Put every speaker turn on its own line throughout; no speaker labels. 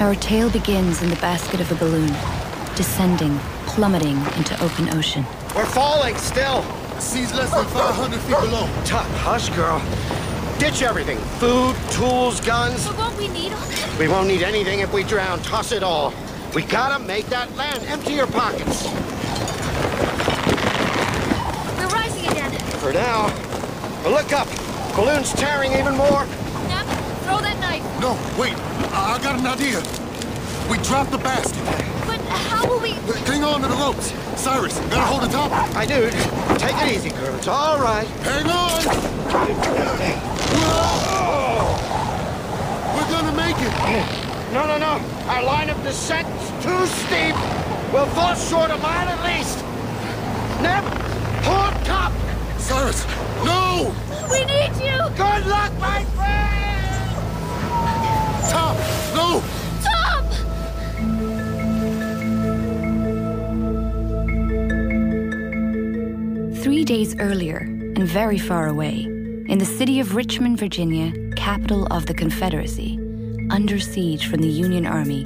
Our tale begins in the basket of a balloon, descending, plummeting into open ocean.
We're falling still.
Seas less than 500 feet below.
Tuck, hush, girl. Ditch everything. Food, tools, guns.
But won't we need all that?
We won't need anything if we drown. Toss it all. We gotta make that land. Empty your pockets.
We're rising again.
For now. But look up. Balloon's tearing even more.
Nap, throw that knife.
No, wait. I I got an idea. We dropped the basket.
But how will we?
Cling on to the ropes. Cyrus, gotta hold the top.
Hi, dude. Take it easy, girl. It's all right.
Hang on. Whoa! We're gonna make it.
No, no, no. Our line of descent is too steep. We'll fall short a mile at least. Neb, hold top.
Cyrus, no!
We need you,
Good luck, my friend.
Top, no!
Tom.
Three days earlier, and very far away, in the city of Richmond, Virginia, capital of the Confederacy, under siege from the Union Army,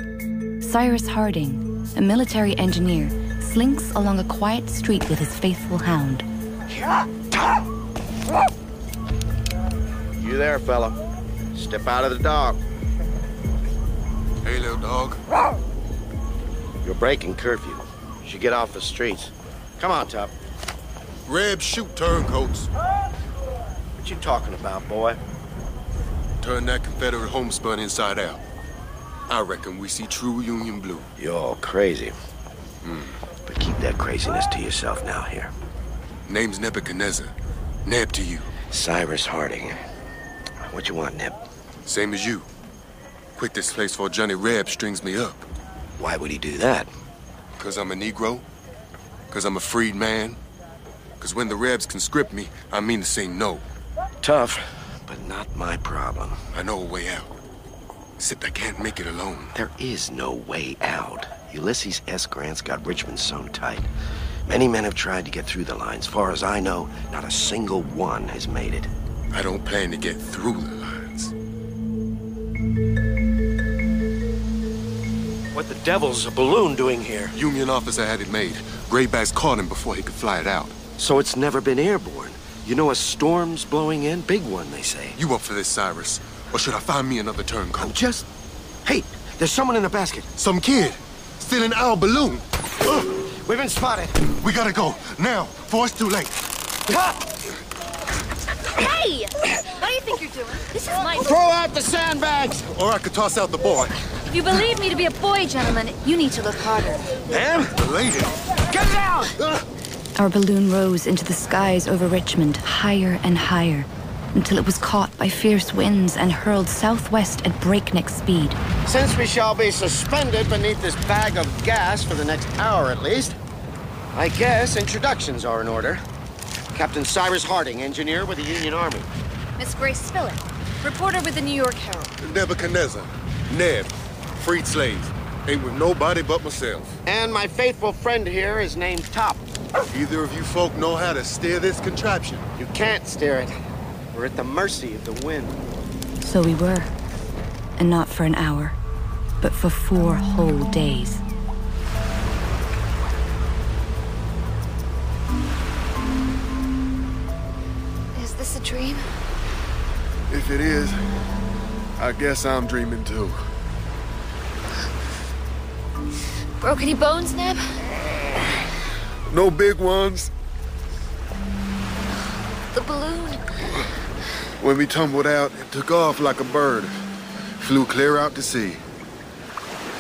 Cyrus Harding, a military engineer, slinks along a quiet street with his faithful hound.
You there, fella. Step out of the dog.
Hey, little dog.
You're breaking curfew. You should get off the streets. Come on, Top.
Rebs shoot turncoats.
What you talking about, boy?
Turn that Confederate homespun inside out. I reckon we see true Union blue.
You're all crazy. Hmm. But keep that craziness to yourself now here.
Name's Nebuchadnezzar. Neb to you.
Cyrus Harding. What you want, Neb?
Same as you. Quit this place before Johnny Reb strings me up.
Why would he do that?
Cause I'm a Negro? Cause I'm a freed man? Cause when the Rebs conscript me, I mean to say no.
Tough, but not my problem.
I know a way out. Except I can't make it alone.
There is no way out. Ulysses S. Grant's got Richmond sewn tight. Many men have tried to get through the lines. Far as I know, not a single one has made it.
I don't plan to get through the lines.
What the devil's a balloon doing here?
Union officer had it made. Graybacks caught him before he could fly it out.
So it's never been airborne. You know, a storm's blowing in. Big one, they say.
You up for this, Cyrus? Or should I find me another
I'm
turncoat?
just. Hey, there's someone in the basket.
Some kid stealing our balloon.
We've been spotted.
We gotta go now, before it's too late.
Hey! What do you think you're doing? This is my.
Throw out the sandbags!
Or I could toss out the boy.
If you believe me to be a boy, gentlemen, you need to look harder.
Ma'am?
The lady.
Get down!
Our balloon rose into the skies over Richmond, higher and higher, until it was caught by fierce winds and hurled southwest at breakneck speed.
Since we shall be suspended beneath this bag of gas for the next hour at least, I guess introductions are in order. Captain Cyrus Harding, engineer with the Union Army.
Miss Grace Spillett, reporter with the New York Herald.
Nebuchadnezzar. Neb. Freed slaves. Ain't with nobody but myself.
And my faithful friend here is named Top.
Either of you folk know how to steer this contraption.
You can't steer it. We're at the mercy of the wind.
So we were. And not for an hour, but for four whole days.
Is this a dream?
If it is, I guess I'm dreaming too.
Broke any bones, Neb?
No big ones.
The balloon?
When we tumbled out, it took off like a bird. Flew clear out to sea.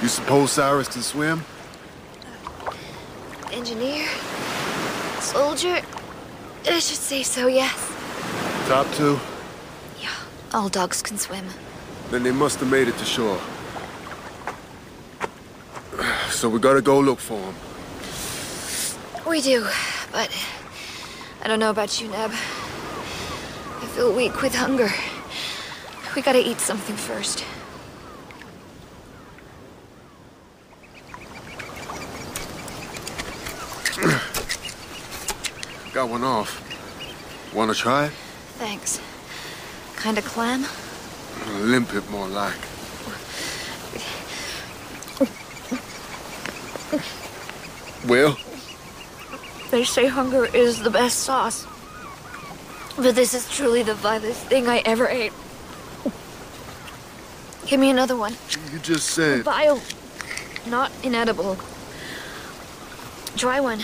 You suppose Cyrus can swim?
Engineer? Soldier? I should say so, yes.
Top two?
Yeah, all dogs can swim.
Then they must have made it to shore. So we gotta go look for him.
We do, but I don't know about you, Neb. I feel weak with hunger. We gotta eat something first.
Got one off. Wanna try it?
Thanks. Kinda clam?
Limp it more like. Well,
They say hunger is the best sauce. But this is truly the vilest thing I ever ate. Give me another one.
you just said.
Vile. Not inedible. Dry one.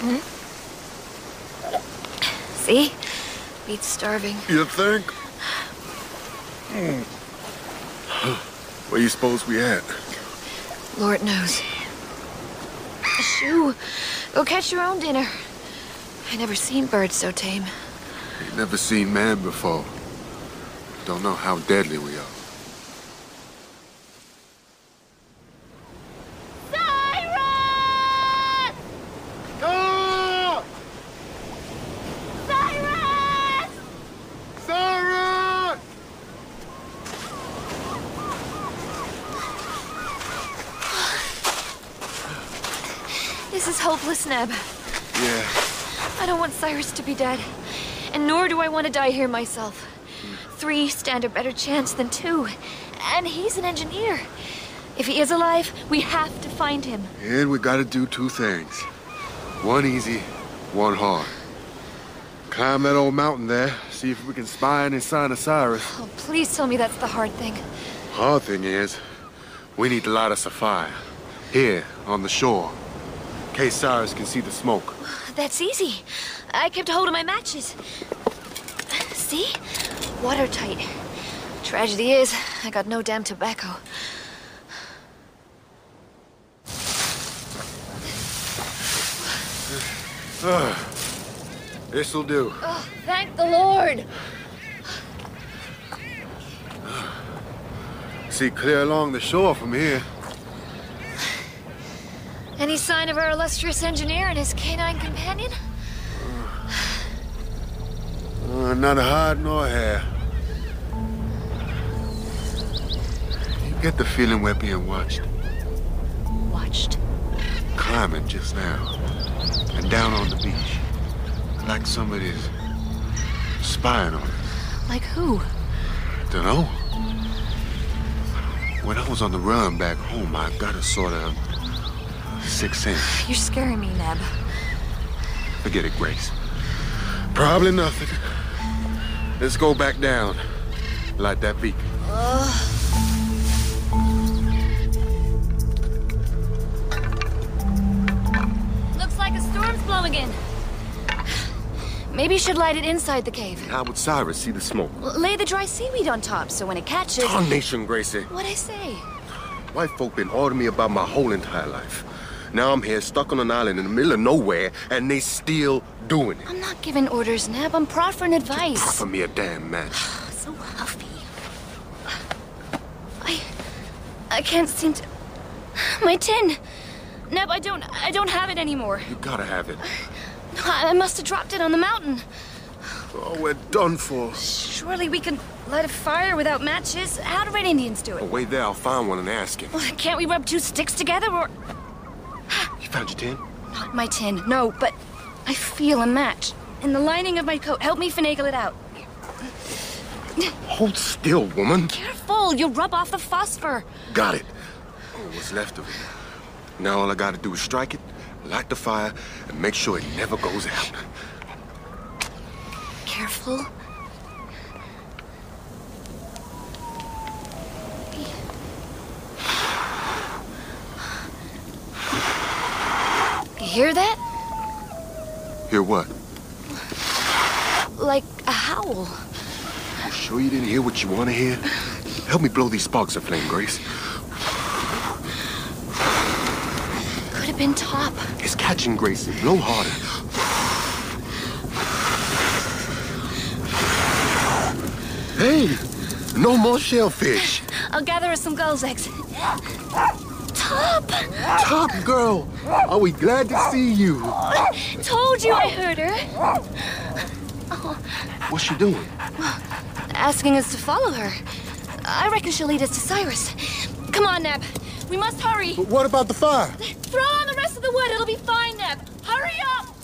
Hmm? See? Beats starving.
You think? Hmm. Where you suppose we at?
Lord knows. Shoo! Go catch your own dinner. I never seen birds so tame.
Ain't never seen man before. Don't know how deadly we are.
Cyrus!
Go!
Cyrus!
Sarah!
This is hopeless, Neb.
Yeah.
I don't want Cyrus to be dead. And nor do I want to die here myself. Three stand a better chance than two. And he's an engineer. If he is alive, we have to find him.
And we gotta do two things. One easy, one hard. Climb that old mountain there, see if we can spy any sign of Cyrus.
Oh, please tell me that's the hard thing.
Hard thing is, we need to light us a fire. Here, on the shore. In case Cyrus can see the smoke.
That's easy. I kept hold of my matches. See? Watertight. Tragedy is, I got no damn tobacco.
This'll do.
Oh, Thank the Lord!
See clear along the shore from here.
Any sign of our illustrious engineer and his canine companion?
Uh, not a hide nor a hair. You get the feeling we're being watched.
Watched.
climbing just now and down on the beach like somebody's spying on us.
Like who?
Dunno. When I was on the run back home, I got a sort of sixth sense.
You're scaring me, Neb.
Forget it, Grace. Probably nothing. Let's go back down. Light that beacon.
Looks like a storm's blowing in. Maybe you should light it inside the cave.
How would Cyrus see the smoke?
L- Lay the dry seaweed on top so when it catches.
Tarnation, Gracie.
What'd I say?
White folk been ordering me about my whole entire life. Now I'm here stuck on an island in the middle of nowhere, and they still doing it.
I'm not giving orders, Neb. I'm proffering advice.
Offer me a damn match.
So huffy. I. I can't seem to. My tin! Neb, I don't. I don't have it anymore.
You gotta have it.
I, I must have dropped it on the mountain.
Oh, we're done for.
Surely we can light a fire without matches. How do Red Indians do it?
Wait there, I'll find one and ask him.
Can't we rub two sticks together or.
You found your tin?
Not my tin, no, but I feel a match. In the lining of my coat, help me finagle it out.
Hold still, woman.
Careful, you'll rub off the phosphor.
Got it. Oh, what's left of it? Now all I gotta do is strike it, light the fire, and make sure it never goes out.
Careful. You hear that?
Hear what?
Like a howl.
You sure you didn't hear what you wanna hear? Help me blow these sparks aflame, Grace.
Could have been top.
It's catching, Gracie. Blow harder. Hey! No more shellfish!
I'll gather us some gulls eggs. Top!
Top girl, are we glad to see you?
Told you I heard her.
What's she doing?
Asking us to follow her. I reckon she'll lead us to Cyrus. Come on, Neb. We must hurry.
But what about the fire?
Throw on the rest of the wood. It'll be fine, Neb. Hurry up!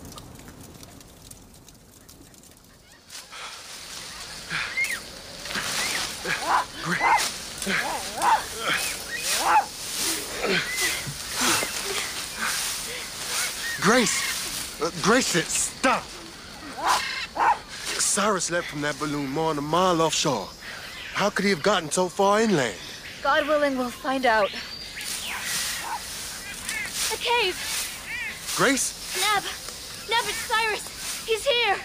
Grace! Uh, Grace, it, stop! Cyrus leapt from that balloon more than a mile offshore. How could he have gotten so far inland?
God willing, we'll find out. The cave!
Grace?
Neb! Neb, it's Cyrus! He's here!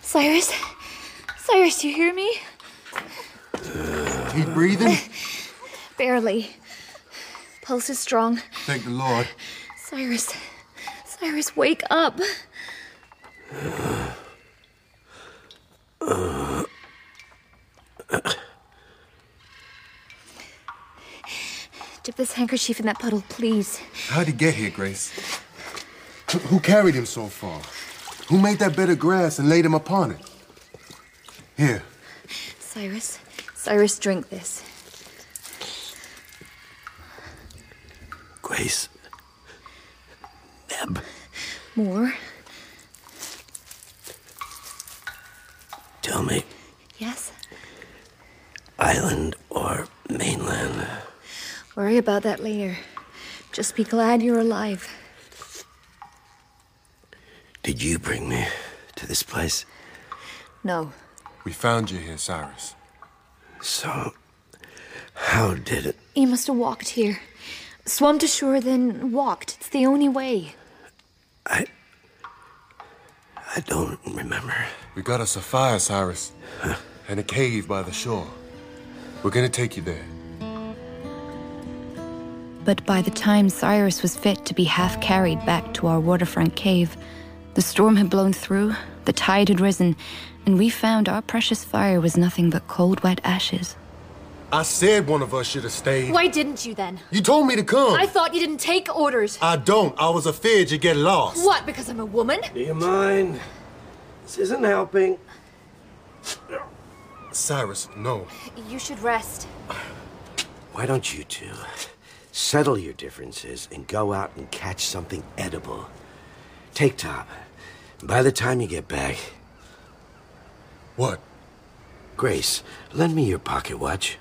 Cyrus? Cyrus, you hear me?
He breathing?
Barely. Pulse is strong.
Thank the Lord.
Cyrus. Cyrus, wake up. Dip this handkerchief in that puddle, please.
How'd he get here, Grace? Who- Who carried him so far? Who made that bed of grass and laid him upon it? Here,
Cyrus, Cyrus, drink this.
Grace. Neb,
More?
tell me,
Yes?
island or mainland?
Worry about that later. Just be glad you're alive.
Did you bring me to this place?
No.
we found you here, Cyrus.
So, how did it?
He must have walked here. Swum to shore, then walked. It's the only way.
I. I don't remember.
We got us a fire, Cyrus, and a cave by the shore. We're gonna take you there.
But by the time Cyrus was fit to be half carried back to our waterfront cave, the storm had blown through, the tide had risen, and we found our precious fire was nothing but cold, wet ashes.
I said one of us should have stayed.
Why didn't you then?
You told me to come.
I thought you didn't take orders.
I don't. I was afraid you'd get lost.
What, because I'm a woman?
Do you mind? This isn't helping.
Cyrus, no.
You should rest.
Why don't you two settle your differences and go out and catch something edible? Take Top. By the time you get back,
What?
Grace, lend me your pocket watch.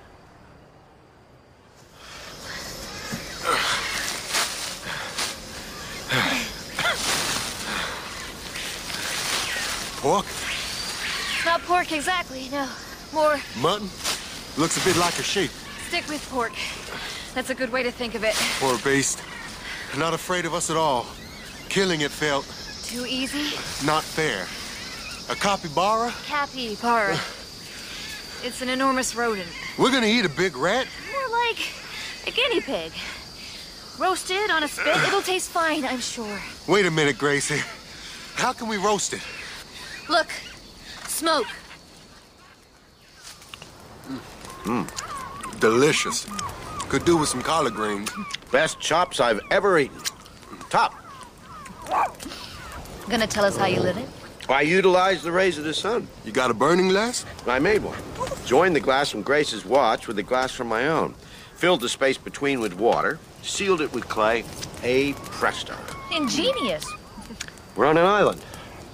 Pork?
Not pork exactly, no. More.
Mutton? Looks a bit like a sheep
Stick with pork. That's a good way to think of it.
or a beast. Not afraid of us at all. Killing it felt
Too easy?
not fair. A capybara?
Capybara. It's an enormous rodent.
We're gonna eat a big rat?
More like a guinea pig. Roasted on a spit, it'll taste fine, I'm sure.
Wait a minute, Gracie. How can we roast it?
Look, smoke.
Delicious. Could do with some collard greens.
Best chops I've ever eaten. Top.
Gonna tell us how you lit it?
I utilized the rays of the sun.
You got a burning glass?
I made one. Joined the glass from Grace's watch with the glass from my own. Filled the space between with water, sealed it with clay. A presto.
Ingenious.
We're on an island.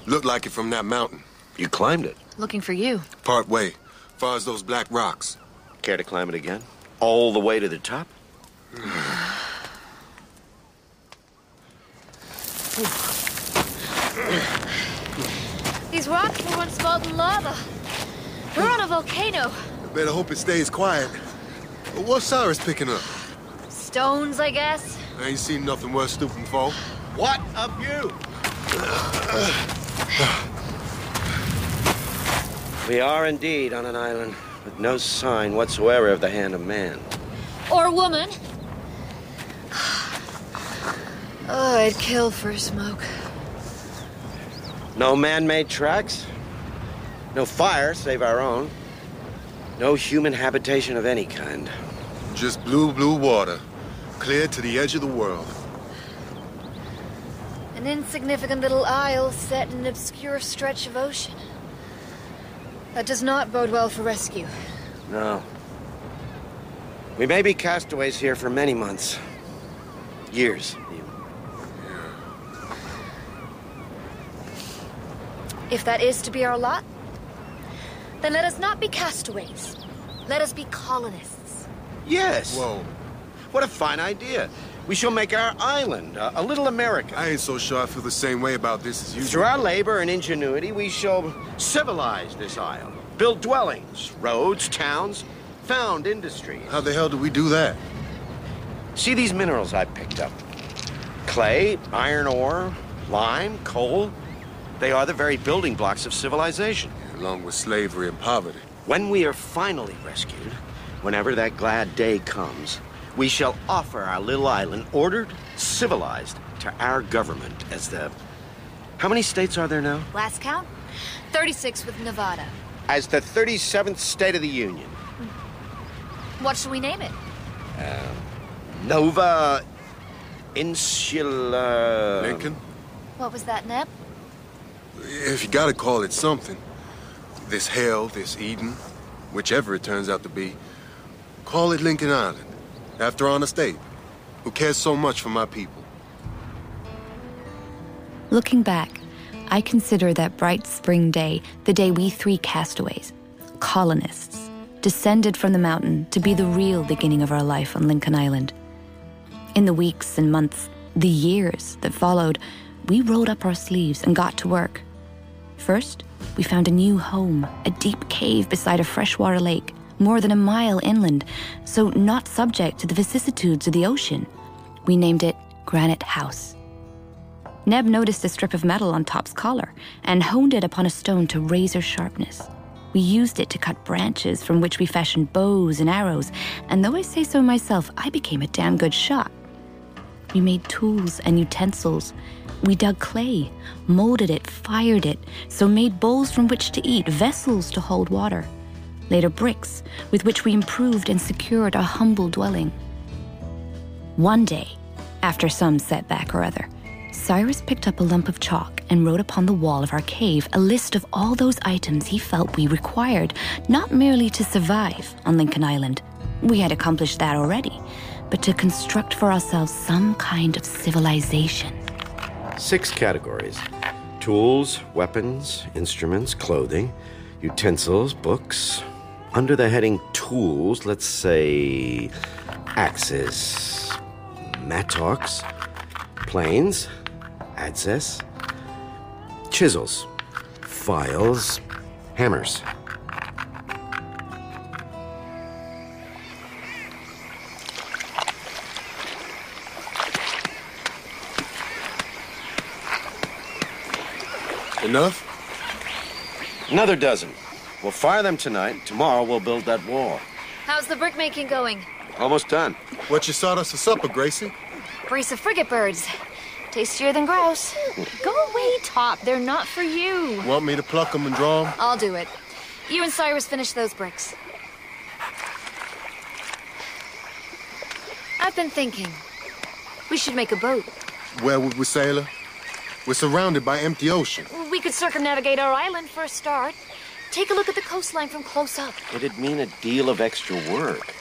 Looked like it from that mountain.
You climbed it.
Looking for you.
Part way. Far as those black rocks.
Care to climb it again? All the way to the top?
These rocks were once molten lava. We're on a volcano.
Better hope it stays quiet. What's Cyrus picking up?
Stones, I guess.
I ain't seen nothing worth stooping for.
What of you? We are indeed on an island with no sign whatsoever of the hand of man.
Or woman. Oh, I'd kill for a smoke.
No man made tracks. No fire save our own. No human habitation of any kind.
Just blue, blue water. Clear to the edge of the world.
An insignificant little isle set in an obscure stretch of ocean. That does not bode well for rescue.
No. We may be castaways here for many months. Years. even.
If that is to be our lot, Then let us not be castaways. Let us be colonists.
Yes.
Whoa,
What a fine idea. We shall make our island uh, a, a little America.
I ain't so sure I feel the same way about this as you. do.
Through our labor and ingenuity, we shall civilize this isle, build dwellings, roads, towns, found industries.
How the hell do we do that?
See these minerals I picked up clay, iron ore, lime, coal. They are the very building blocks of civilization.
Along with slavery and poverty.
When we are finally rescued, whenever that glad day comes, we shall offer our little island, ordered, civilized, to our government as the. How many states are there now?
Last count? 36 with Nevada.
As the 37th state of the Union.
What shall we name it?
Nova Insula.
Lincoln,
What was that, Neb?
if you gotta call it something, this hell, this Eden, whichever it turns out to be, call it Lincoln Island, after honor state, who cares so much for my people.
Looking back, I consider that bright spring day the day we three castaways, colonists, descended from the mountain to be the real beginning of our life on Lincoln Island. In the weeks and months, the years that followed, we rolled up our sleeves and got to work. First, we found a new home, a deep cave beside a freshwater lake, more than a mile inland, so not subject to the vicissitudes of the ocean. We named it Granite House. Neb noticed a strip of metal on Top's collar and honed it upon a stone to razor sharpness. We used it to cut branches from which we fashioned bows and arrows, and though I say so myself, I became a damn good shot. We made tools and utensils. We dug clay, molded it, fired it, so made bowls from which to eat, vessels to hold water. Later, bricks with which we improved and secured our humble dwelling. One day, after some setback or other, Cyrus picked up a lump of chalk and wrote upon the wall of our cave a list of all those items he felt we required, not merely to survive on Lincoln Island. We had accomplished that already, but to construct for ourselves some kind of civilization.
Six categories tools, weapons, instruments, clothing, utensils, books. Under the heading tools, let's say axes, mattocks, planes, adzes, chisels, files, hammers.
Enough?
Another dozen. We'll fire them tonight. Tomorrow we'll build that wall.
How's the brickmaking going?
Almost done.
What you us for supper, Gracie?
Brace of frigate birds. Tastier than grouse. Go away, Top. They're not for you.
Want me to pluck 'em and draw 'em?
I'll do it. You and Cyrus finish those bricks. I've been thinking. We should make a boat.
Where would we sail her? We're surrounded by empty ocean.
We could circumnavigate our island for a start. Take a look at the coastline from close up.
It'd mean a deal of extra work.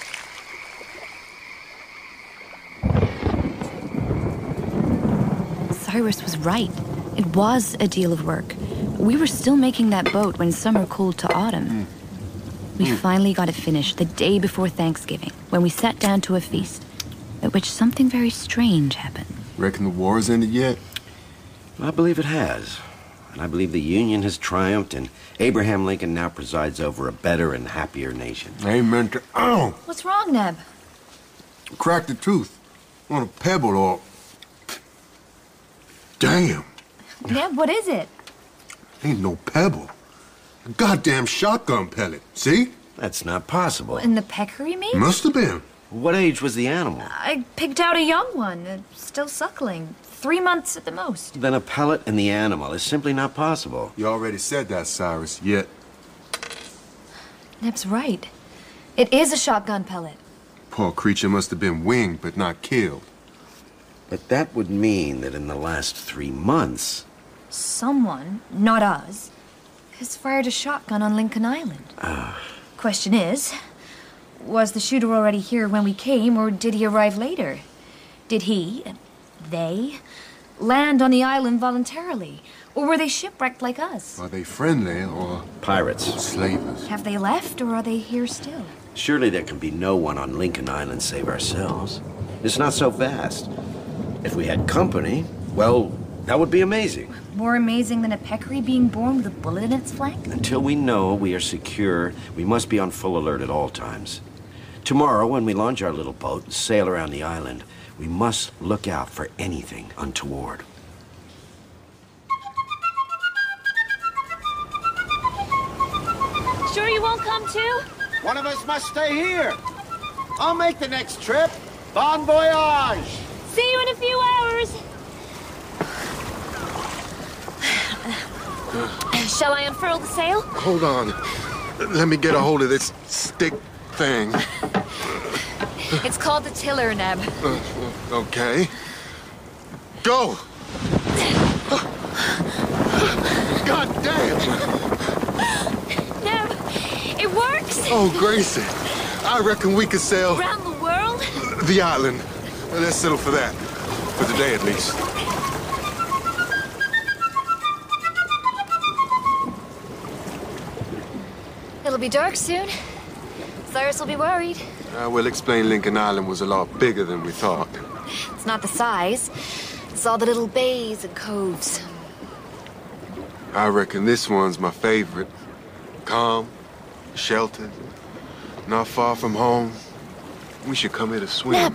Cyrus was right. It was a deal of work. We were still making that boat when summer cooled to autumn. We finally got it finished the day before Thanksgiving when we sat down to a feast, at which something very strange happened.
Reckon the war's ended yet?
I believe it has. And I believe the Union has triumphed, and Abraham Lincoln now presides over a better and happier nation.
Amen to. Oh!
What's wrong, Neb?
Crack the tooth on a pebble or. Damn!
Neb, what is it?
Ain't no pebble. A goddamn shotgun pellet. See?
That's not possible.
In the peccary, maybe?
Must have been.
What age was the animal?
I picked out a young one, uh, still suckling. Three months at the most.
Then a pellet and the animal is simply not possible.
You already said that, Cyrus. Yet.
Neb's right. It is a shotgun pellet.
Poor creature must have been winged but not killed.
But that would mean that in the last three months,
Someone, not us, has fired a shotgun on Lincoln Island. Question is was the shooter already here when we came, or did he arrive later? Did he, they, land on the island voluntarily? Or were they shipwrecked like us?
Are they friendly or
Pirates.
slavers?
Have they left or are they here still?
Surely there can be no one on Lincoln Island save ourselves. It's not so vast. If we had company, well, that would be amazing.
More amazing than a peccary being born with a bullet in its flank?
Until we know we are secure, we must be on full alert at all times. Tomorrow, when we launch our little boat and sail around the island, we must look out for anything untoward.
Sure you won't come too?
One of us must stay here. I'll make the next trip. Bon voyage!
See you in a few hours. Shall I unfurl the sail?
Hold on. Let me get a hold of this stick thing.
It's called the tiller, Neb.
Okay. Go! God damn!
Neb, it works!
Oh, Gracie, I reckon we could sail
Around the world?
the island. Let's settle for that. For today, at least.
It'll be dark soon. Cyrus will be worried.
I will explain Lincoln Island was a lot bigger than we thought.
It's not the size, it's all the little bays and coves.
I reckon this one's my favorite. Calm, sheltered, not far from home. We should come here to swim.
Neb,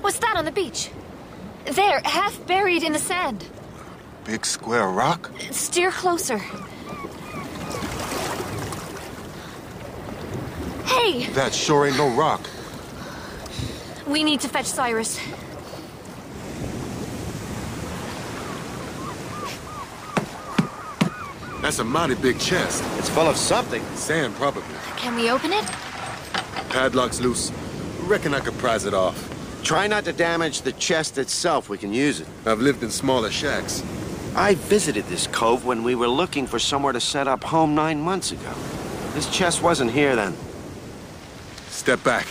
what's that on the beach? There, half buried in the sand.
Big square rock?
Steer closer. Hey,
That sure ain't no rock.
we need to fetch Cyrus.
That's a mighty big chest.
It's full of something.
Sand, probably.
Can we open it?
Padlock's loose. Reckon I could prise it off.
Try not to damage the chest itself. We can use it.
I've lived in smaller shacks.
I visited this cove when we were looking for somewhere to set up home nine months ago. This chest wasn't here then.
Step back.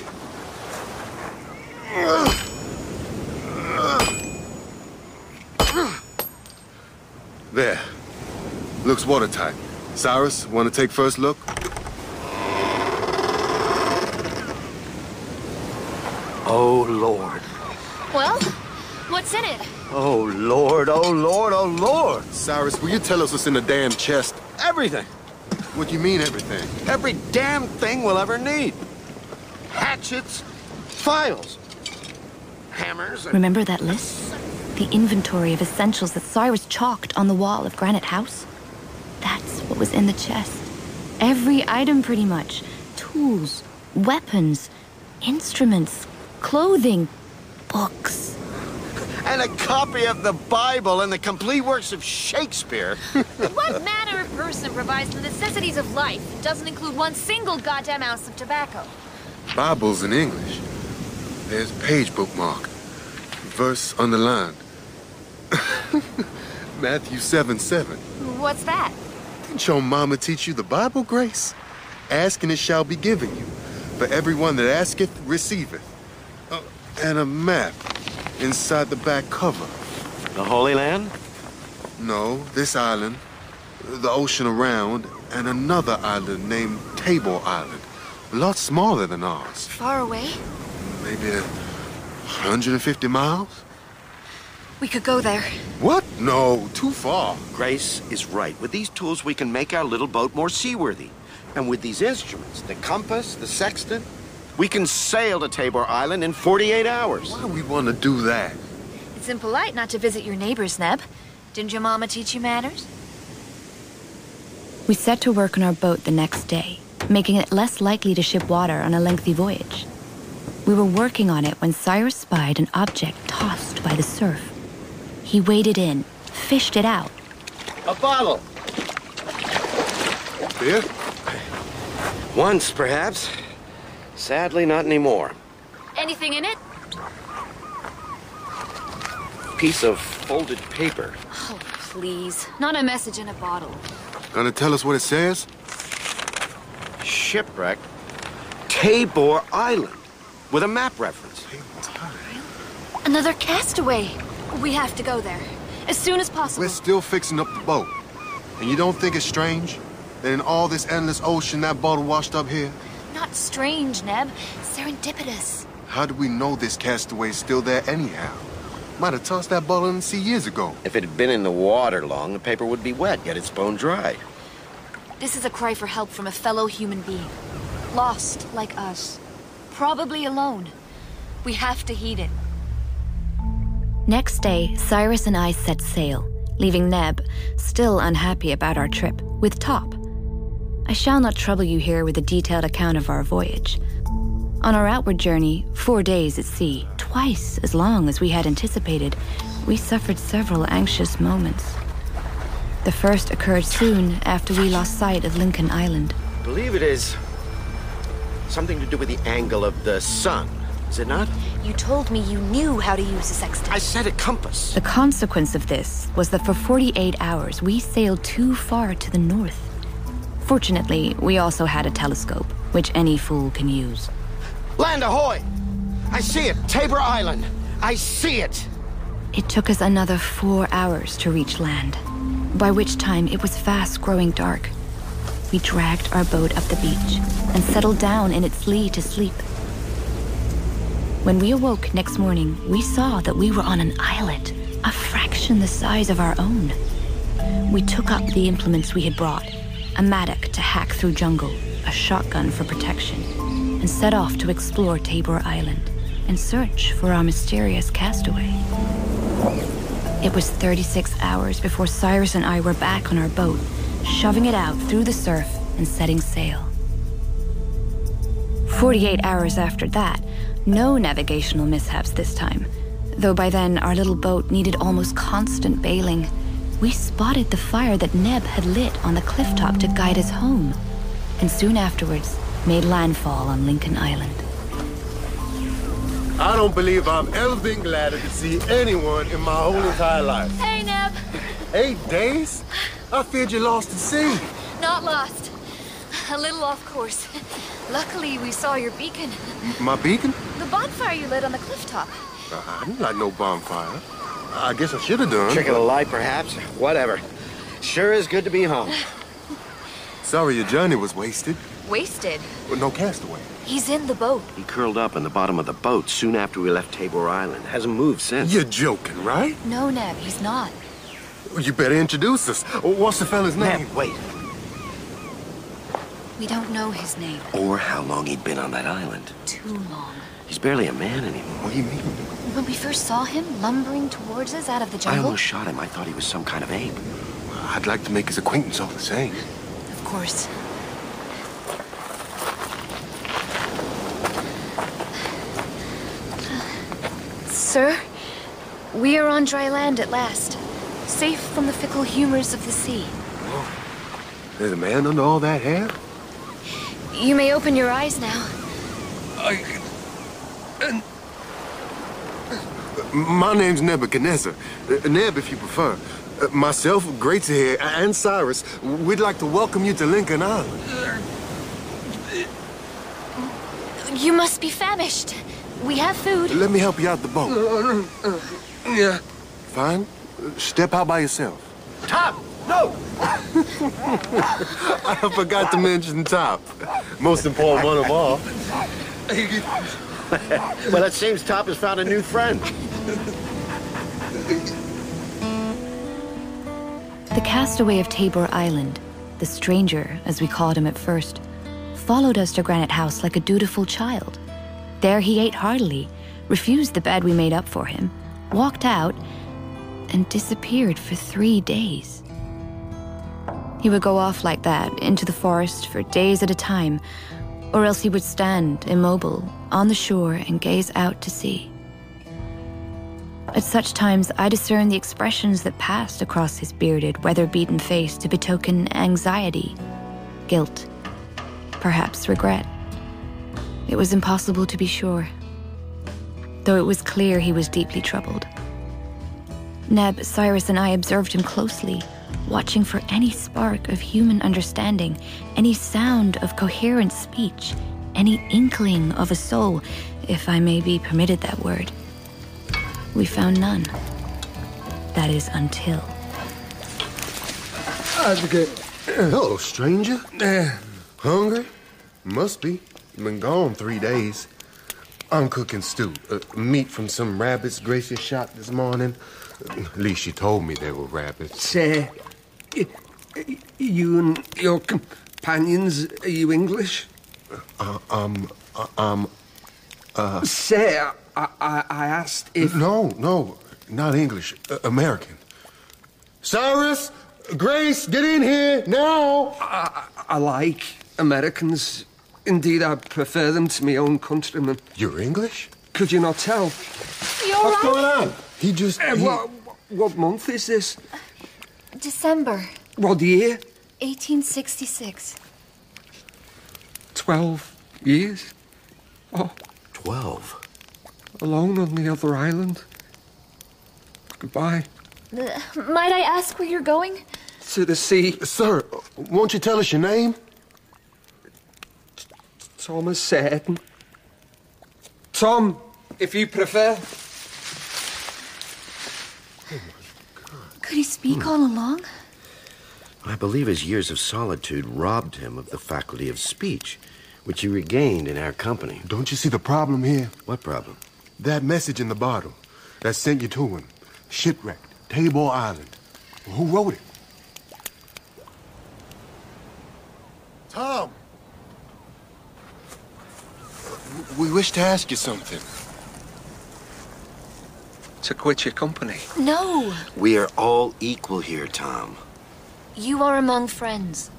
There. Looks watertight. Cyrus, want to take first look?
Oh, Lord.
Well, what's in it?
Oh, Lord. Oh, Lord. Oh, Lord.
Cyrus, will you tell us what's in the damn chest?
Everything.
What do you mean, everything?
Every damn thing we'll ever need. Hatchets, files, hammers, and
Remember that list? The inventory of essentials that Cyrus chalked on the wall of Granite House? That's what was in the chest. Every item, pretty much tools, weapons, instruments, clothing, books.
and a copy of the Bible and the complete works of Shakespeare.
What manner of person provides the necessities of life and doesn't include one single goddamn ounce of tobacco?
Bible's in English. There's page bookmark, verse underlined. Matthew 7 7.
What's that?
Didn't your mama teach you the Bible, Grace? Ask and it shall be given you. For everyone that asketh, receiveth. Uh, and a map inside the back cover.
The Holy Land?
No, this island, the ocean around, and another island named Tabor Island. A lot smaller than ours.
Far away?
Maybe a 150 miles?
We could go there.
What? No, too far.
Grace is right. With these tools, we can make our little boat more seaworthy. And with these instruments, the compass, the sextant, we can sail to Tabor Island in 48 hours.
Why do we want to do that?
It's impolite not to visit your neighbors, Neb. Didn't your mama teach you manners?
We set to work on our boat the next day, making it less likely to ship water on a lengthy voyage. We were working on it when Cyrus spied an object tossed by the surf. He waded in, fished it out,
A bottle.
Beer?
Once, perhaps. Sadly, not anymore.
Anything in it?
Piece of folded paper.
Oh, please. Not a message in a bottle.
Gonna tell us what it says?
Shipwreck. Tabor Island. With a map reference.
Another castaway. We have to go there. as soon as possible.
We're still fixing up the boat. And you don't think it's strange that in all this endless ocean that bottle washed up here?
Not strange, Neb. Serendipitous.
How do we know this castaway's still there anyhow? Might have tossed that bottle in the sea years ago.
If it had been in the water long, the paper would be wet, yet it's bone dry.
This is a cry for help from a fellow human being. Lost like us. Probably alone. We have to heed it.
Next day, Cyrus and I set sail, leaving Neb, still unhappy about our trip, with Top. I shall not trouble you here with a detailed account of our voyage. On our outward journey, four days at sea, twice as long as we had anticipated, we suffered several anxious moments. The first occurred soon after we lost sight of Lincoln Island.
I believe it is something to do with the angle of the sun, is it not?
You told me you knew how to use a sextant.
I said a compass.
The consequence of this was that for 48 hours we sailed too far to the north. Fortunately, we also had a telescope, which any fool can use.
Land ahoy! I see it! Tabor Island! I see it!
It took us another four hours to reach land, by which time it was fast growing dark. We dragged our boat up the beach and settled down in its lee to sleep. When we awoke next morning, we saw that we were on an islet, a fraction the size of our own. We took up the implements we had brought a mattock to hack through jungle, a shotgun for protection, and set off to explore Tabor Island and search for our mysterious castaway. It was 36 hours before Cyrus and I were back on our boat, shoving it out through the surf and setting sail. 48 hours after that, no navigational mishaps this time. Though by then our little boat needed almost constant bailing, we spotted the fire that Neb had lit on the cliff top to guide us home, and soon afterwards made landfall on Lincoln Island.
I don't believe I've ever been gladder to see anyone in my whole entire life.
Hey, Neb!
Eight days? I feared you lost at sea.
Not lost. A little off course. Luckily, we saw your beacon.
My beacon? Uh-huh,
The bonfire you lit on the cliff top.
I I didn't light no bonfire. I guess I should have done.
Trick of the light, perhaps. Whatever. Sure is good to be home.
Sorry your journey was wasted.
Wasted.
With no castaway.
He's in the boat.
He curled up in the bottom of the boat soon after we left Tabor Island. Hasn't moved since.
You're joking, right?
No, Neb, he's not.
You better introduce us. What's the fella's name?
Ned, wait.
We don't know his name.
Or how long he'd been on that island.
Too long.
He's barely a man anymore.
What do you mean?
When we first saw him lumbering towards us out of the
I
jungle,
almost shot him. I thought he was some kind of ape.
I'd like to make his acquaintance all the same.
of course. Sir, we are on dry land at last, safe from the fickle humors of the sea.
There's a man under all that hair?
You may open your eyes now.
I... My name's Nebuchadnezzar. Uh, Neb, if you prefer. Uh, Myself, Greats here, a- and Cyrus, we'd like to welcome you to Lincoln Island.
You must be famished. We have food.
Let me help you out the boat.
Uh,
Yeah. Fine. Uh, Step out by yourself.
Top! No!
I forgot to mention Top. Most important one of all.
Well, it seems Top has found a new friend.
The castaway of Tabor Island, the stranger, as we called him at first, followed us to Granite House like a dutiful child. There he ate heartily, refused the bed we made up for him, walked out, and disappeared for three days. He would go off like that into the forest for days at a time, or else he would stand immobile on the shore and gaze out to sea. At such times, I discerned the expressions that passed across his bearded, weather beaten face to betoken anxiety, guilt, perhaps regret. It was impossible to be sure, though it was clear he was deeply troubled. Neb, Cyrus, and I observed him closely, watching for any spark of human understanding, any sound of coherent speech, any inkling of a soul, if I may be permitted that word. We found none. That is until.
Hello, stranger.
Eh.
Hungry? Must be. Been gone three days. I'm cooking stew. Uh, meat from some rabbits Gracie shot this morning. At least she told me they were rabbits.
Say, uh, y- y- you and your companions, are you English? um, um, Say, I, I, I asked if.
No, no, not English. Uh, American. Cyrus! Grace, get in here now!
I, I like Americans. Indeed, I prefer them to my own countrymen.
You're English?
Could you not tell?
You all right?
on? He just.
Eh,
he-
what, what month is this?
December
What year?
1866.
Twelve years? Oh,
Twelve.
alone on the other island? Goodbye.
Uh, Might I ask where you're going?
To the sea.
Sir, won't you tell us your name?
Thomas Seddon. Tom, if you prefer.
Could he speak all along?
I believe his years of solitude robbed him of the faculty of speech, which he regained in our company.
Don't you see the problem here?
What problem?
That message in the bottle that sent you to him. Shipwrecked, Tabor Island. Who wrote it? Tom! We wish to ask you something.
To quit your company.
No,
We are all equal here, Tom.
you are among friends.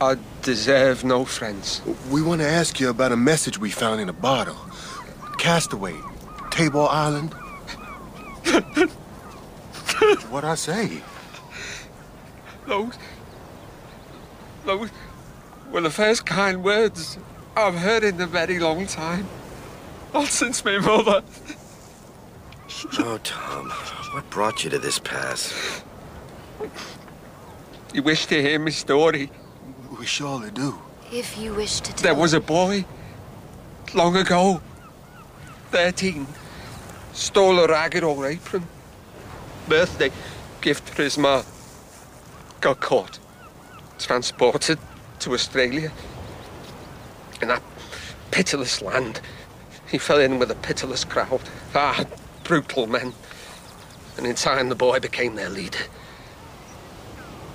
I deserve no friends.
We want to ask you about a message we found in a bottle. Castaway, Tabor Island. what I say?
Those. Those were the first kind words I've heard in a very long time. Not since my mother.
Oh, Tom, what brought you to this pass?
You wish to hear my story?
We surely do.
If you wish to tell.
There was a boy long ago, 13, stole a ragged old apron. Birthday gift for his ma. Got caught, transported to Australia. In that pitiless land, he fell in with a pitiless crowd. Ah, brutal men. And in time, the boy became their leader.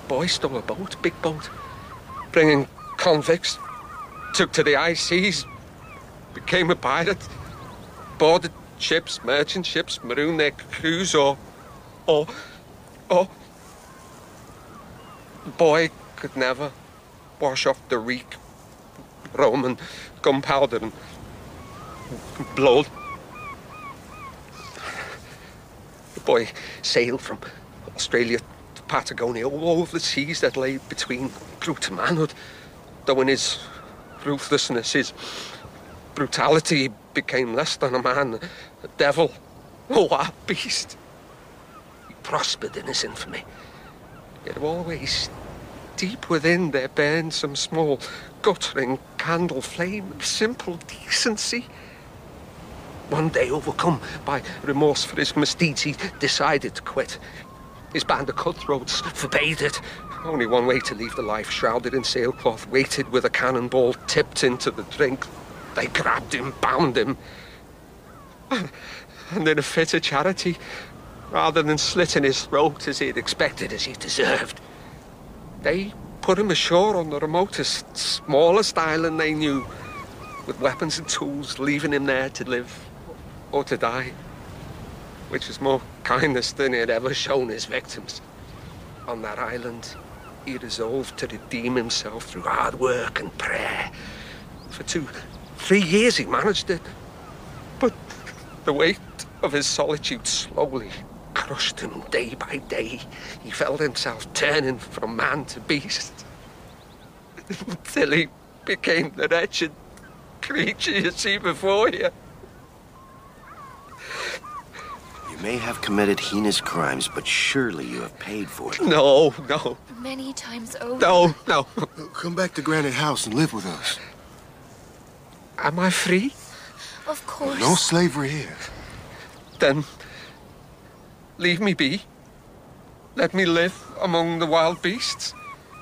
Boy stole a boat, big boat, bringing convicts took to the high seas, became a pirate, boarded ships, merchant ships, marooned their crews, or, or, or. The boy could never wash off the reek, Roman gunpowder and blood. The boy sailed from Australia to Patagonia, all over the seas that lay between grew to manhood, though in his ruthlessness, his brutality he became less than a man, a devil, oh, a beast. He prospered in his infamy. Yet always, deep within there burned some small, guttering candle flame of simple decency. One day, overcome by remorse for his misdeeds, he decided to quit. His band of cutthroats forbade it. Only one way to leave the life, shrouded in sailcloth, weighted with a cannonball tipped into the drink. They grabbed him, bound him. And in a fit of charity, rather than slitting his throat as he had expected, as he deserved, they put him ashore on the remotest, smallest island they knew, with weapons and tools, leaving him there to live or to die which was more kindness than he had ever shown his victims. On that island, he resolved to redeem himself through hard work and prayer. For two, three years he managed it, but the weight of his solitude slowly crushed him day by day. He felt himself turning from man to beast until he became the wretched creature you see before you.
You may have committed heinous crimes, but surely you have paid for them.
No, no,
Many times over.
no, no.
Come back to Granite House and live with us.
Am I free?
Of course.
No slavery here.
Then Leave me be. Let me live among the wild beasts.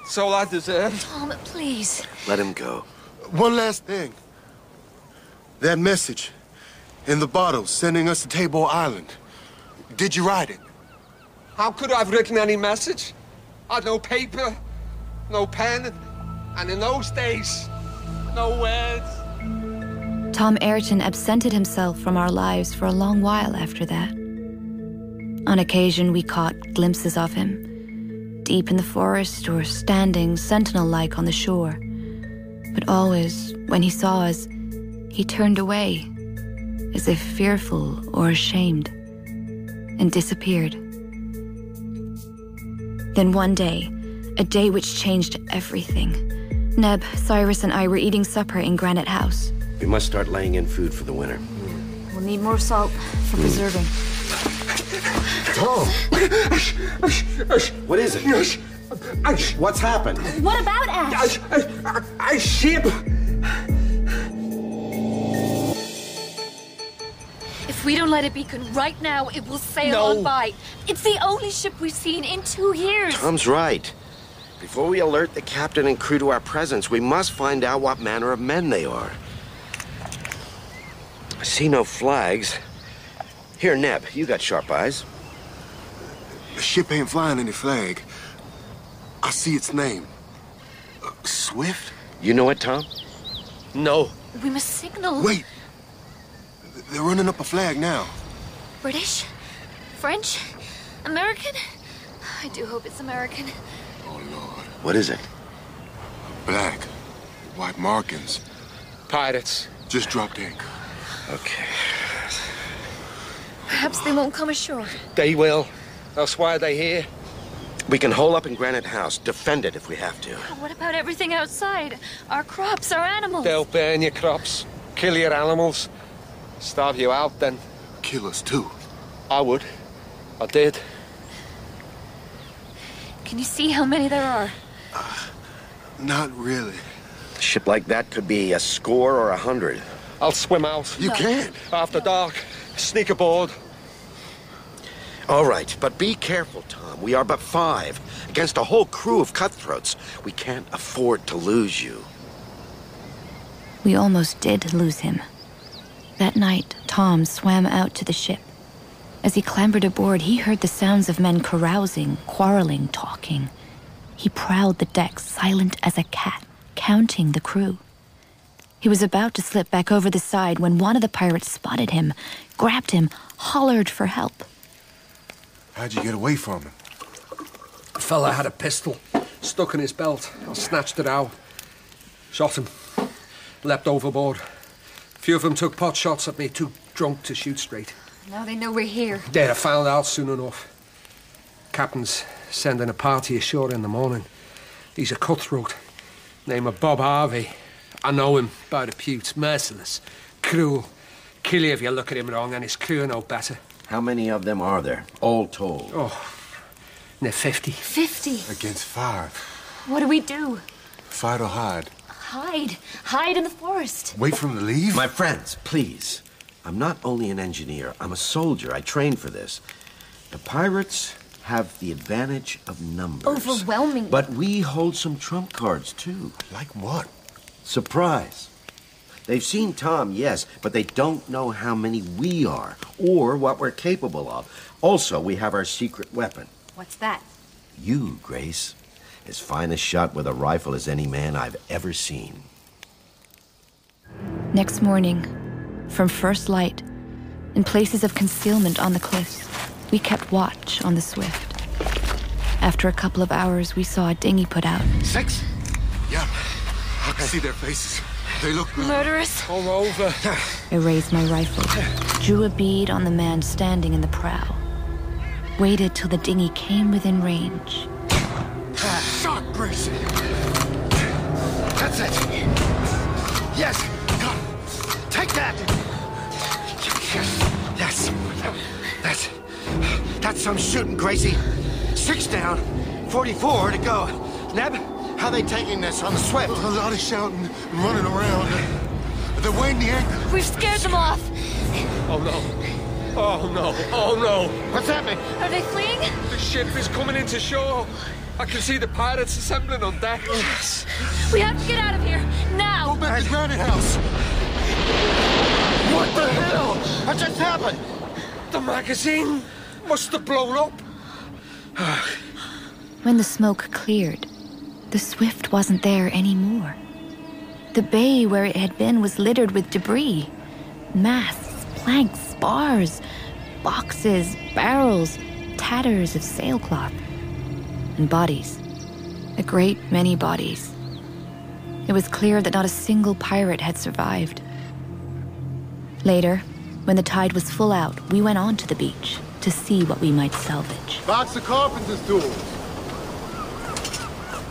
It's all I deserve.
Tom, please.
Let him go.
One last thing. That message in the bottle sending us to Tabor Island. Did you write it?
How could I have written any message? I had no paper, no pen, and in those days, no words.
Tom Ayrton absented himself from our lives for a long while after that. On occasion, we caught glimpses of him, deep in the forest or standing sentinel like on the shore. But always, when he saw us, he turned away, as if fearful or ashamed, and disappeared. Then one day, a day which changed everything, Neb, Cyrus, and I were eating supper in Granite House.
We must start laying in food for the winter.
We'll need more salt for preserving.
Tom!
What is it? What's happened?
What about Ash?
I ship.
If we don't light a beacon right now, it will sail
No.
on by. It's the only ship we've seen in two years.
Tom's right. Before we alert the captain and crew to our presence, we must find out what manner of men they are. I see no flags. Here, Neb, you got sharp eyes.
The ship ain't flying any flag. I see its name. Uh, Swift?
You know it, Tom?
No.
We must signal.
Wait! They're running up a flag now.
British? French? American? I do hope it's American.
Oh, Lord.
What is it?
Black. White markings.
Pirates.
Just dropped anchor.
Okay.
Perhaps they won't come ashore.
They will. That's why they're here.
We can hole up in Granite House, defend it if we have to.
But what about everything outside? Our crops, our animals.
They'll burn your crops, kill your animals, starve you out, then
Kill us, too.
I would. I did.
Can you see how many there are?
Not really.
A ship like that could be a score or a hundred.
I'll swim out
You can't.
after dark, sneak aboard.
All right, but be careful, Tom. We are but five against a whole crew of cutthroats. We can't afford to lose you.
We almost did lose him. That night, Tom swam out to the ship. As he clambered aboard, he heard the sounds of men carousing, quarreling, talking. He prowled the deck, silent as a cat, counting the crew. He was about to slip back over the side when one of the pirates spotted him, grabbed him, hollered for help.
How'd you get away from him?
The fella had a pistol stuck in his belt. I snatched it out, shot him, leapt overboard. A few of them took pot shots at me, too drunk to shoot straight.
Now they know we're here.
They'd have found out soon enough. Captain's sending a party ashore in the morning. He's a cutthroat. Name of Bob Harvey. I know him by the putes. Merciless, cruel. Kill you if you look at him wrong, and his crew no better.
How many of them are there, all told?
Oh, near 50.
Fifty.
Against five.
What do we do?
Fight or hide.
Hide. Hide in the forest.
Wait for him to leave?
My friends, please. I'm not only an engineer, I'm a soldier. I trained for this. The pirates have the advantage of numbers.
Overwhelming.
But we hold some trump cards, too.
like what?
Surprise. They've seen Tom, yes, but they don't know how many we are or what we're capable of. Also, we have our secret weapon.
What's that?
You, Grace, as fine a shot with a rifle as any man I've ever seen.
Next morning, from first light, in places of concealment on the cliffs, we kept watch on the Swift. After a couple of hours, we saw a dinghy put out.
Six?
Yeah. I can see their faces. They look
Murderous.
Come over.
I raised my rifle, drew a bead on the man standing in the prow, waited till the dinghy came within range.
shot, Gracie.
That's it. Yes. Take that. Yes. That's that's some shooting, Gracie. Six down, forty-four to go. Neb, how they taking this on the swift?
A lot of shouting and running around. They're waiting the anchor.
We've scared them off.
Oh, no. Oh no, oh no!
What's happening?
Are they fleeing?
The ship is coming into shore. I can see the pirates assembling on deck. Yes.
We have to get out of here now.
Back to Granite House.
What the hell? What just happened?
The magazine must have blown up.
When the smoke cleared, the Swift wasn't there anymore. The bay where it had been was littered with debris masts, planks, bars, boxes, barrels, tatters of sailcloth, and bodies. A great many bodies. It was clear that not a single pirate had survived. Later, when the tide was full out, we went on to the beach to see what we might salvage.
Box of carpenter's tools.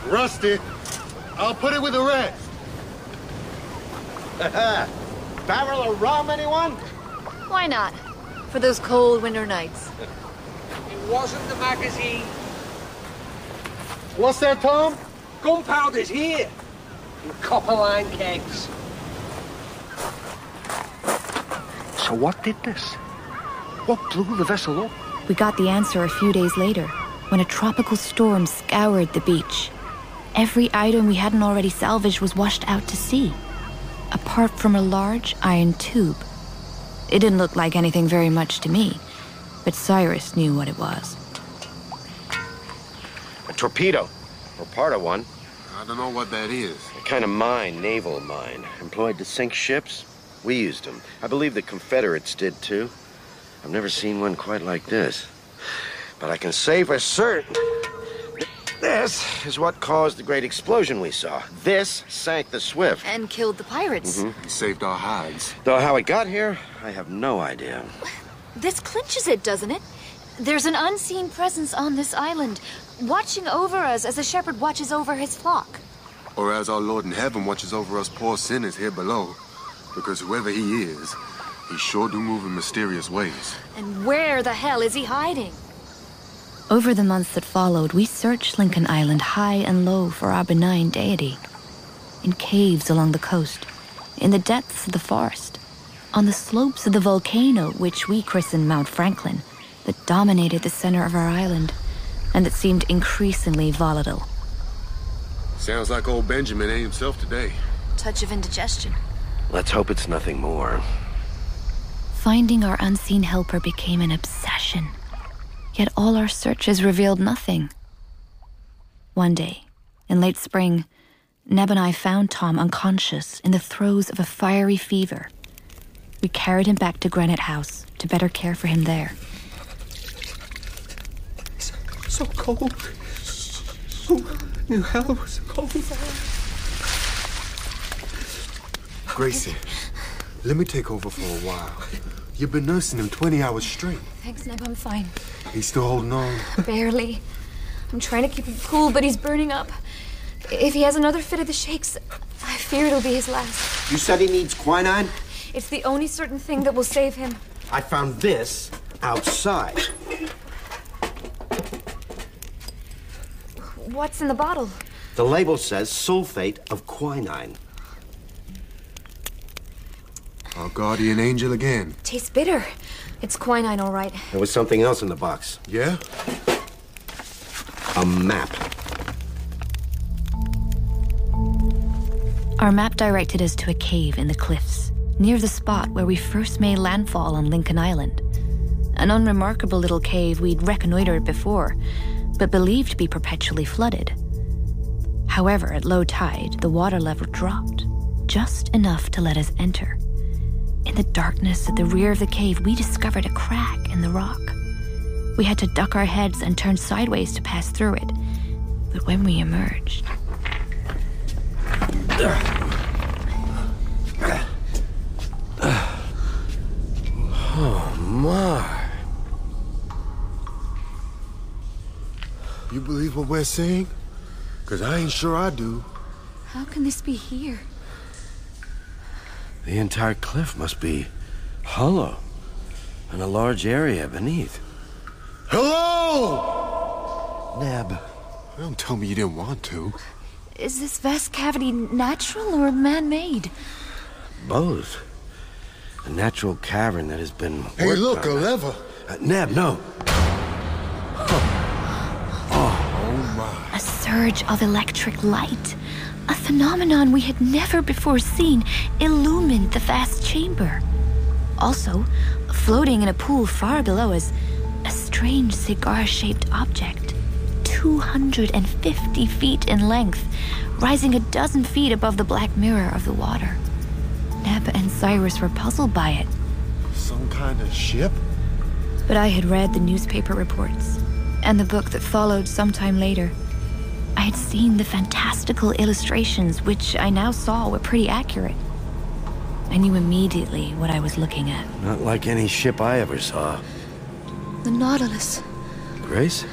Rusty. I'll put it with the rest.
Barrel of rum, anyone?
Why not?
For those cold winter nights.
It wasn't the magazine.
What's that, Tom?
Gunpowder's here. In copper line kegs. So what did this? What blew the vessel up?
We got the answer a few days later when a tropical storm scoured the beach. Every item we hadn't already salvaged was washed out to sea, apart from a large iron tube. It didn't look like anything very much to me, but Cyrus knew what it was.
A torpedo, or part of one.
I don't know what that is.
A kind of mine, naval mine, employed to sink ships. We used them. I believe the Confederates did too. I've never seen one quite like this. But I can say for certain this is what caused the great explosion we saw. This sank the Swift.
And killed the pirates.
Mm-hmm.
He saved our hides.
Though how it got here, I have no idea.
This clinches it, doesn't it? There's an unseen presence on this island, watching over us as a shepherd watches over his flock.
Or as our Lord in heaven watches over us poor sinners here below. Because whoever he is, he sure do move in mysterious ways.
And where the hell is he hiding?
Over the months that followed, we searched Lincoln Island high and low for our benign deity. In caves along the coast, in the depths of the forest, on the slopes of the volcano which we christened Mount Franklin, that dominated the center of our island, and that seemed increasingly volatile.
Sounds like old Benjamin ain't himself today.
Touch of indigestion.
Let's hope it's nothing more.
Finding our unseen helper became an obsession. Yet all our searches revealed nothing. One day, in late spring, Neb and I found Tom unconscious in the throes of a fiery fever. We carried him back to Granite House to better care for him there.
So cold. Oh, new hell it was cold.
Gracie, let me take over for a while. You've been nursing him 20 hours straight.
Thanks, Neb, I'm fine.
He's still holding on.
Barely. I'm trying to keep him cool, but he's burning up. If he has another fit of the shakes, I fear it'll be his last.
You said he needs quinine?
It's the only certain thing that will save him.
I found this outside.
What's in the bottle?
The label says sulfate of quinine.
Our guardian angel again.
Tastes bitter. It's quinine, all right.
There was something else in the box
Yeah?
a map.
Our map directed us to a cave in the cliffs, near the spot where we first made landfall on Lincoln Island. An unremarkable little cave we'd reconnoitered before, but believed to be perpetually flooded. However, at low tide, the water level dropped, just enough to let us enter. In the darkness at the rear of the cave, we discovered a crack in the rock. We had to duck our heads and turn sideways to pass through it. But when we emerged,
My.
You believe what we're seeing? Because I ain't sure I do.
How can this be here?
The entire cliff must be hollow and a large area beneath.
Hello!
Neb.
Don't tell me you didn't want to.
Is this vast cavity natural or man made?
Both.
A natural cavern that has been.
Hey,
worked
look, a
on.
lever.
Uh, Neb, no.
A surge of electric light, a phenomenon we had never before seen, illumined the vast chamber. Also, floating in a pool far below us, a strange cigar shaped object, 250 feet in length, rising a dozen feet above the black mirror of the water. Neb and Cyrus were puzzled by it.
Some kind of ship?
But I had read the newspaper reports
and the book that followed sometime later. I had seen the fantastical illustrations, which I now saw were pretty accurate.
I knew immediately what I was looking at.
Not like any ship I ever saw.
The Nautilus.
Grace?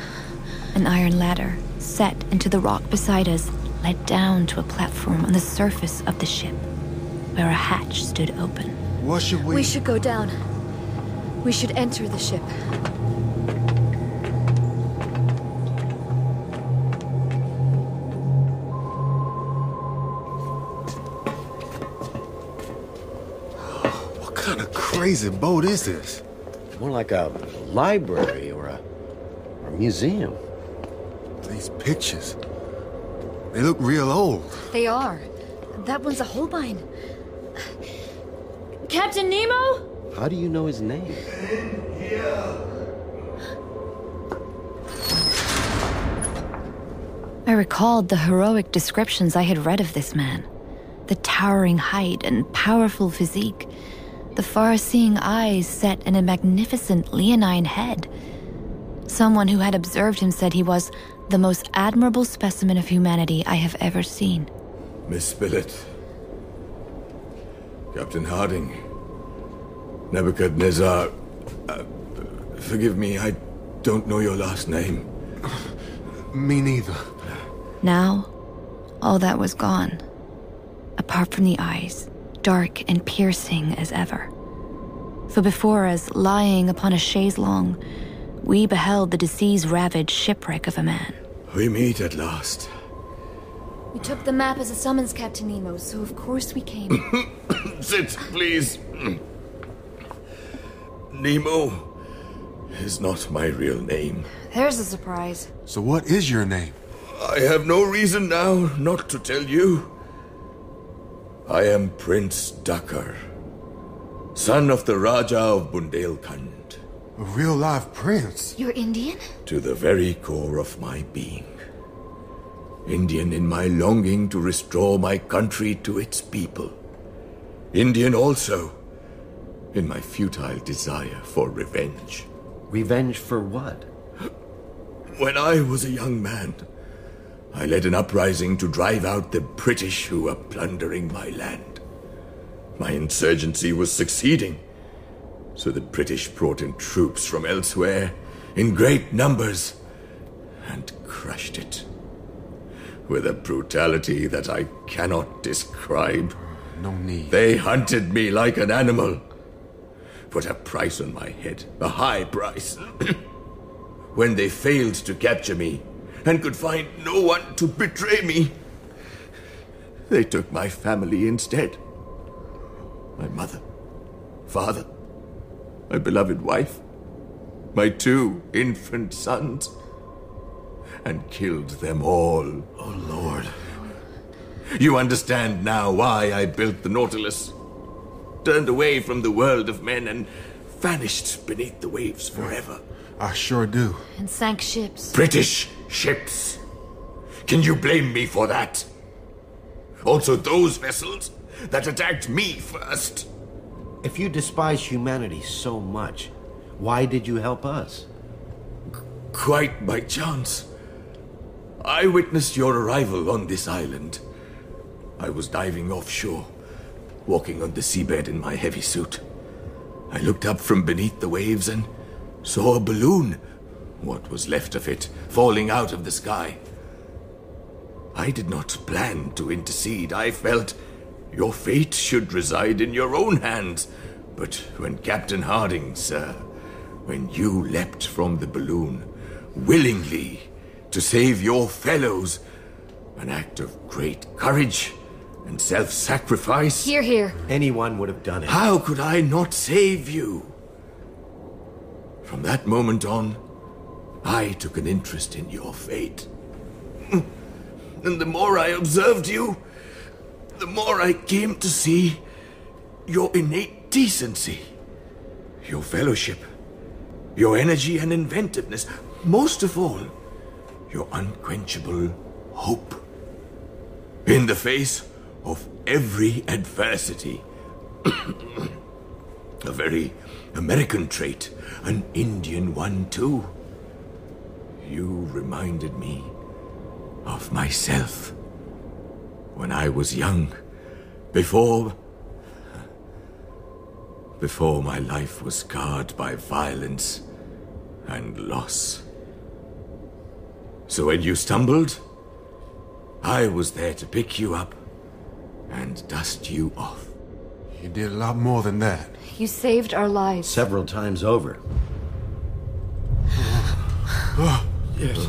An iron ladder, set into the rock beside us, led down to a platform on the surface of the ship, where a hatch stood open.
What should we...
We should go down. We should enter the ship.
what kind of crazy boat is this?
More like a library or a, or a museum.
These pictures. They look real old.
They are. That one's a Holbein. Captain Nemo?
How do you know his name?
I recalled the heroic descriptions I had read of this man the towering height and powerful physique, the far seeing eyes set in a magnificent leonine head. Someone who had observed him said he was the most admirable specimen of humanity I have ever seen.
Miss Spilett. Captain Harding. Nebuchadnezzar. uh, forgive me, I don't know your last name.
Me neither.
Now, all that was gone, apart from the eyes, dark and piercing as ever. For before us, lying upon a chaise longue, we beheld the disease ravaged shipwreck of a man.
We meet at last.
We took the map as a summons, Captain Nemo, so of course we came.
Sit, please. Nemo is not my real name.
There's a surprise.
So what is your name?
I have no reason now not to tell you. I am Prince Dakar, son of the Raja of Bundelkhand,
A real live prince?
You're Indian?
to the very core of my being. Indian in my longing to restore my country to its people. Indian also in my futile desire for revenge.
Revenge for what?
When I was a young man, I led an uprising to drive out the British who were plundering my land. My insurgency was succeeding, so the British brought in troops from elsewhere in great numbers and crushed it. With a brutality that I cannot describe,
No need.
they hunted me like an animal. Put a price on my head, a high price. when they failed to capture me and could find no one to betray me, they took my family instead. My mother, father, my beloved wife, my two infant sons, and killed them all. Oh, Lord. You understand now why I built the Nautilus. Turned away from the world of men and vanished beneath the waves forever.
I sure do.
And sank ships.
British ships. Can you blame me for that? Also, those vessels that attacked me first.
If you despise humanity so much, why did you help us?
Quite by chance. I witnessed your arrival on this island. I was diving offshore, walking on the seabed in my heavy suit. I looked up from beneath the waves and saw a balloon, what was left of it, falling out of the sky. I did not plan to intercede. I felt your fate should reside in your own hands. But when Captain Harding, sir, when you leapt from the balloon willingly to save your fellows, an act of great courage and self sacrifice?
Here, here.
Anyone would have done it.
How could I not save you? From that moment on, I took an interest in your fate. And the more I observed you, the more I came to see your innate decency, your fellowship, your energy and inventiveness, most of all, your unquenchable hope. In the face of every adversity, a very American trait, an Indian one too. You reminded me of myself when I was young, before. before my life was scarred by violence and loss. So when you stumbled, I was there to pick you up and dust you off.
You did a lot more than that.
You saved our lives.
Several times over.
Yes.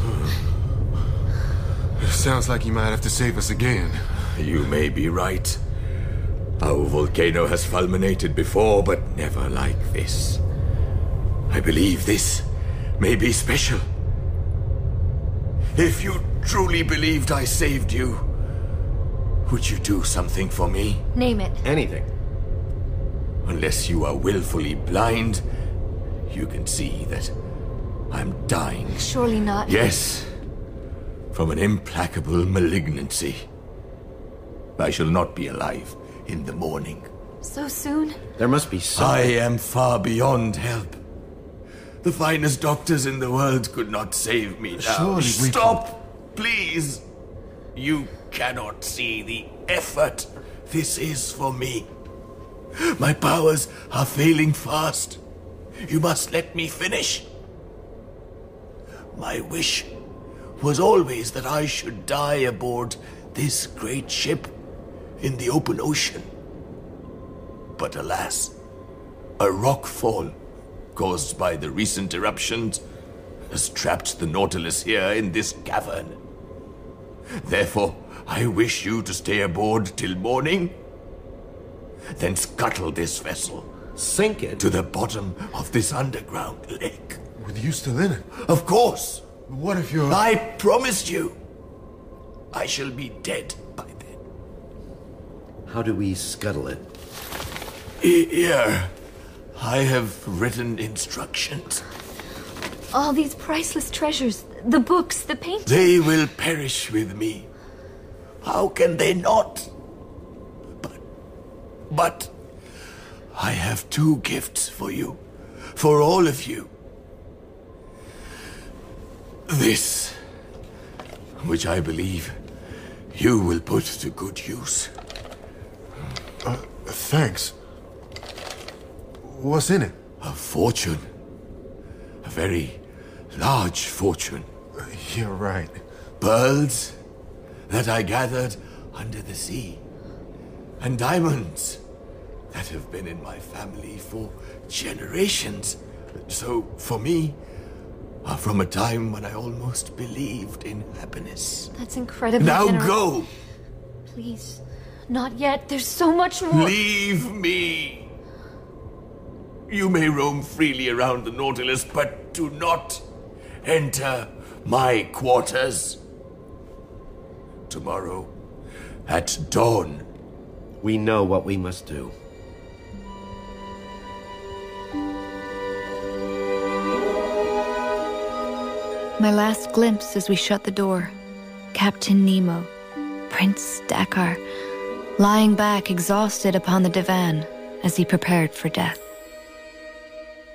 It sounds like you might have to save us again.
You may be right. Our volcano has fulminated before, but never like this. I believe this may be special. If you truly believed I saved you, would you do something for me?
Name it.
Anything.
Unless you are willfully blind, you can see that I'm dying.
Surely not.
Yes, from an implacable malignancy. I shall not be alive in the morning.
So soon?
There must be some.
I am far beyond help. The finest doctors in the world could not save me now.
Surely we can-
Stop, please. You cannot see the effort this is for me. My powers are failing fast. You must let me finish. My wish was always that I should die aboard this great ship in the open ocean. But alas, a rock fall caused by the recent eruptions has trapped the Nautilus here in this cavern. Therefore, I wish you to stay aboard till morning, then scuttle this vessel
Sink it.
to the bottom of this underground lake.
With you still in it.
Of course,
What if you're.
I promised you, I shall be dead by then.
How do we scuttle it?
E- Here, I have written instructions.
All these priceless treasures, the books, the paintings.
They will perish with me. How can they not? But, but, I have two gifts for you, for all of you. This, which I believe you will put to good use.
Thanks. What's in it?
A fortune. A very large fortune.
You're right.
Pearls that I gathered under the sea. And diamonds that have been in my family for generations. So, for me, are from a time when I almost believed in happiness.
That's incredibly
Now
generous.
go!
Please. Not yet. There's so much more.
Leave me! You may roam freely around the Nautilus, but do not enter my quarters. Tomorrow, at dawn,
We know what we must do.
My last glimpse as we shut the door Captain Nemo, Prince Dakar, lying back exhausted upon the divan as he prepared for death.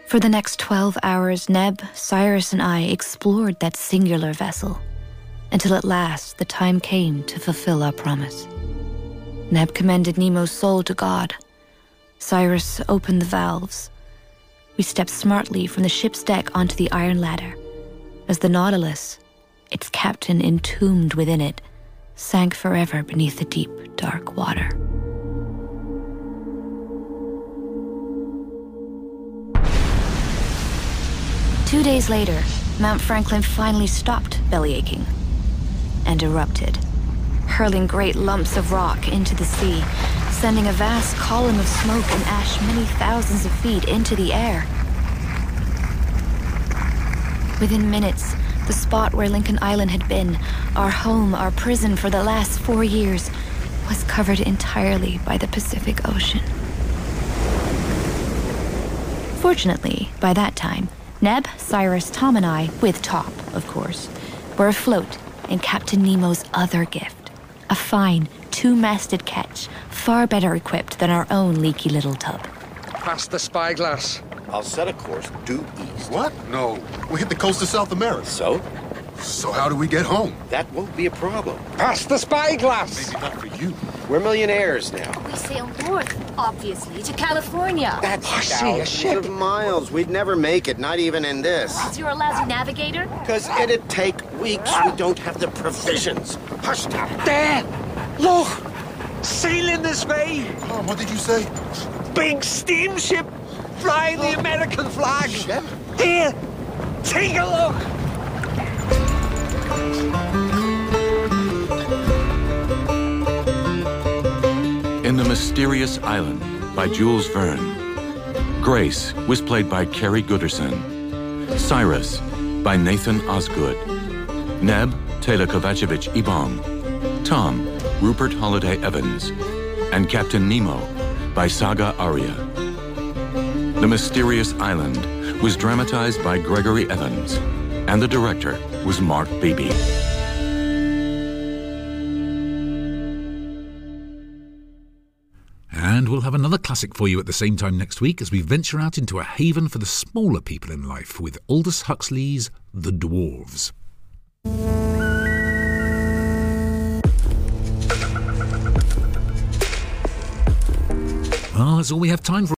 For the next 12 hours, Neb, Cyrus, and I explored that singular vessel until at last the time came to fulfill our promise. Neb commended Nemo's soul to God. Cyrus opened the valves. We stepped smartly from the ship's deck onto the iron ladder as the Nautilus, its captain entombed within it, sank forever beneath the deep, dark water. Two days later, Mount Franklin finally stopped bellyaching and erupted. hurling great lumps of rock into the sea, sending a vast column of smoke and ash many thousands of feet into the air. Within minutes, the spot where Lincoln Island had been, our home, our prison for the last four years, was covered entirely by the Pacific Ocean. Fortunately, by that time, Neb, Cyrus, Tom, and I, with Top, of course, were afloat in Captain Nemo's other gift a fine, two masted ketch, far better equipped than our own leaky little tub.
Past the spyglass.
I'll set a course due east.
What? No. We hit the coast of South America.
So?
So how do we get home?
That won't be a problem.
Past the spyglass!
Not for you.
We're millionaires now.
We sail north, obviously, to California.
That's
I see a
thousands
ship.
of miles. We'd never make it, not even in this.
Is your lousy navigator?
Because it'd take weeks. We don't have the provisions. Hush, Tom.
There! Look! Sailing this way!
Tom, what did you say?
Big steamship! Flying the American flag! Here! Take a look!
In the Mysterious Island by Jules Verne. Grace was played by Carrie Gooderson. Cyrus by Nathan Osgood. Neb, Taylor Kovacevic Ibom. Tom, Rupert Holliday Evans. And Captain Nemo by Saga Arya. The Mysterious Island was dramatized by Gregory Evans, and the director was Mark Beebe.
And we'll have another classic for you at the same time next week as we venture out into a haven for the smaller people in life with Aldous Huxley's The Dwarves. Well, that's all we have time for.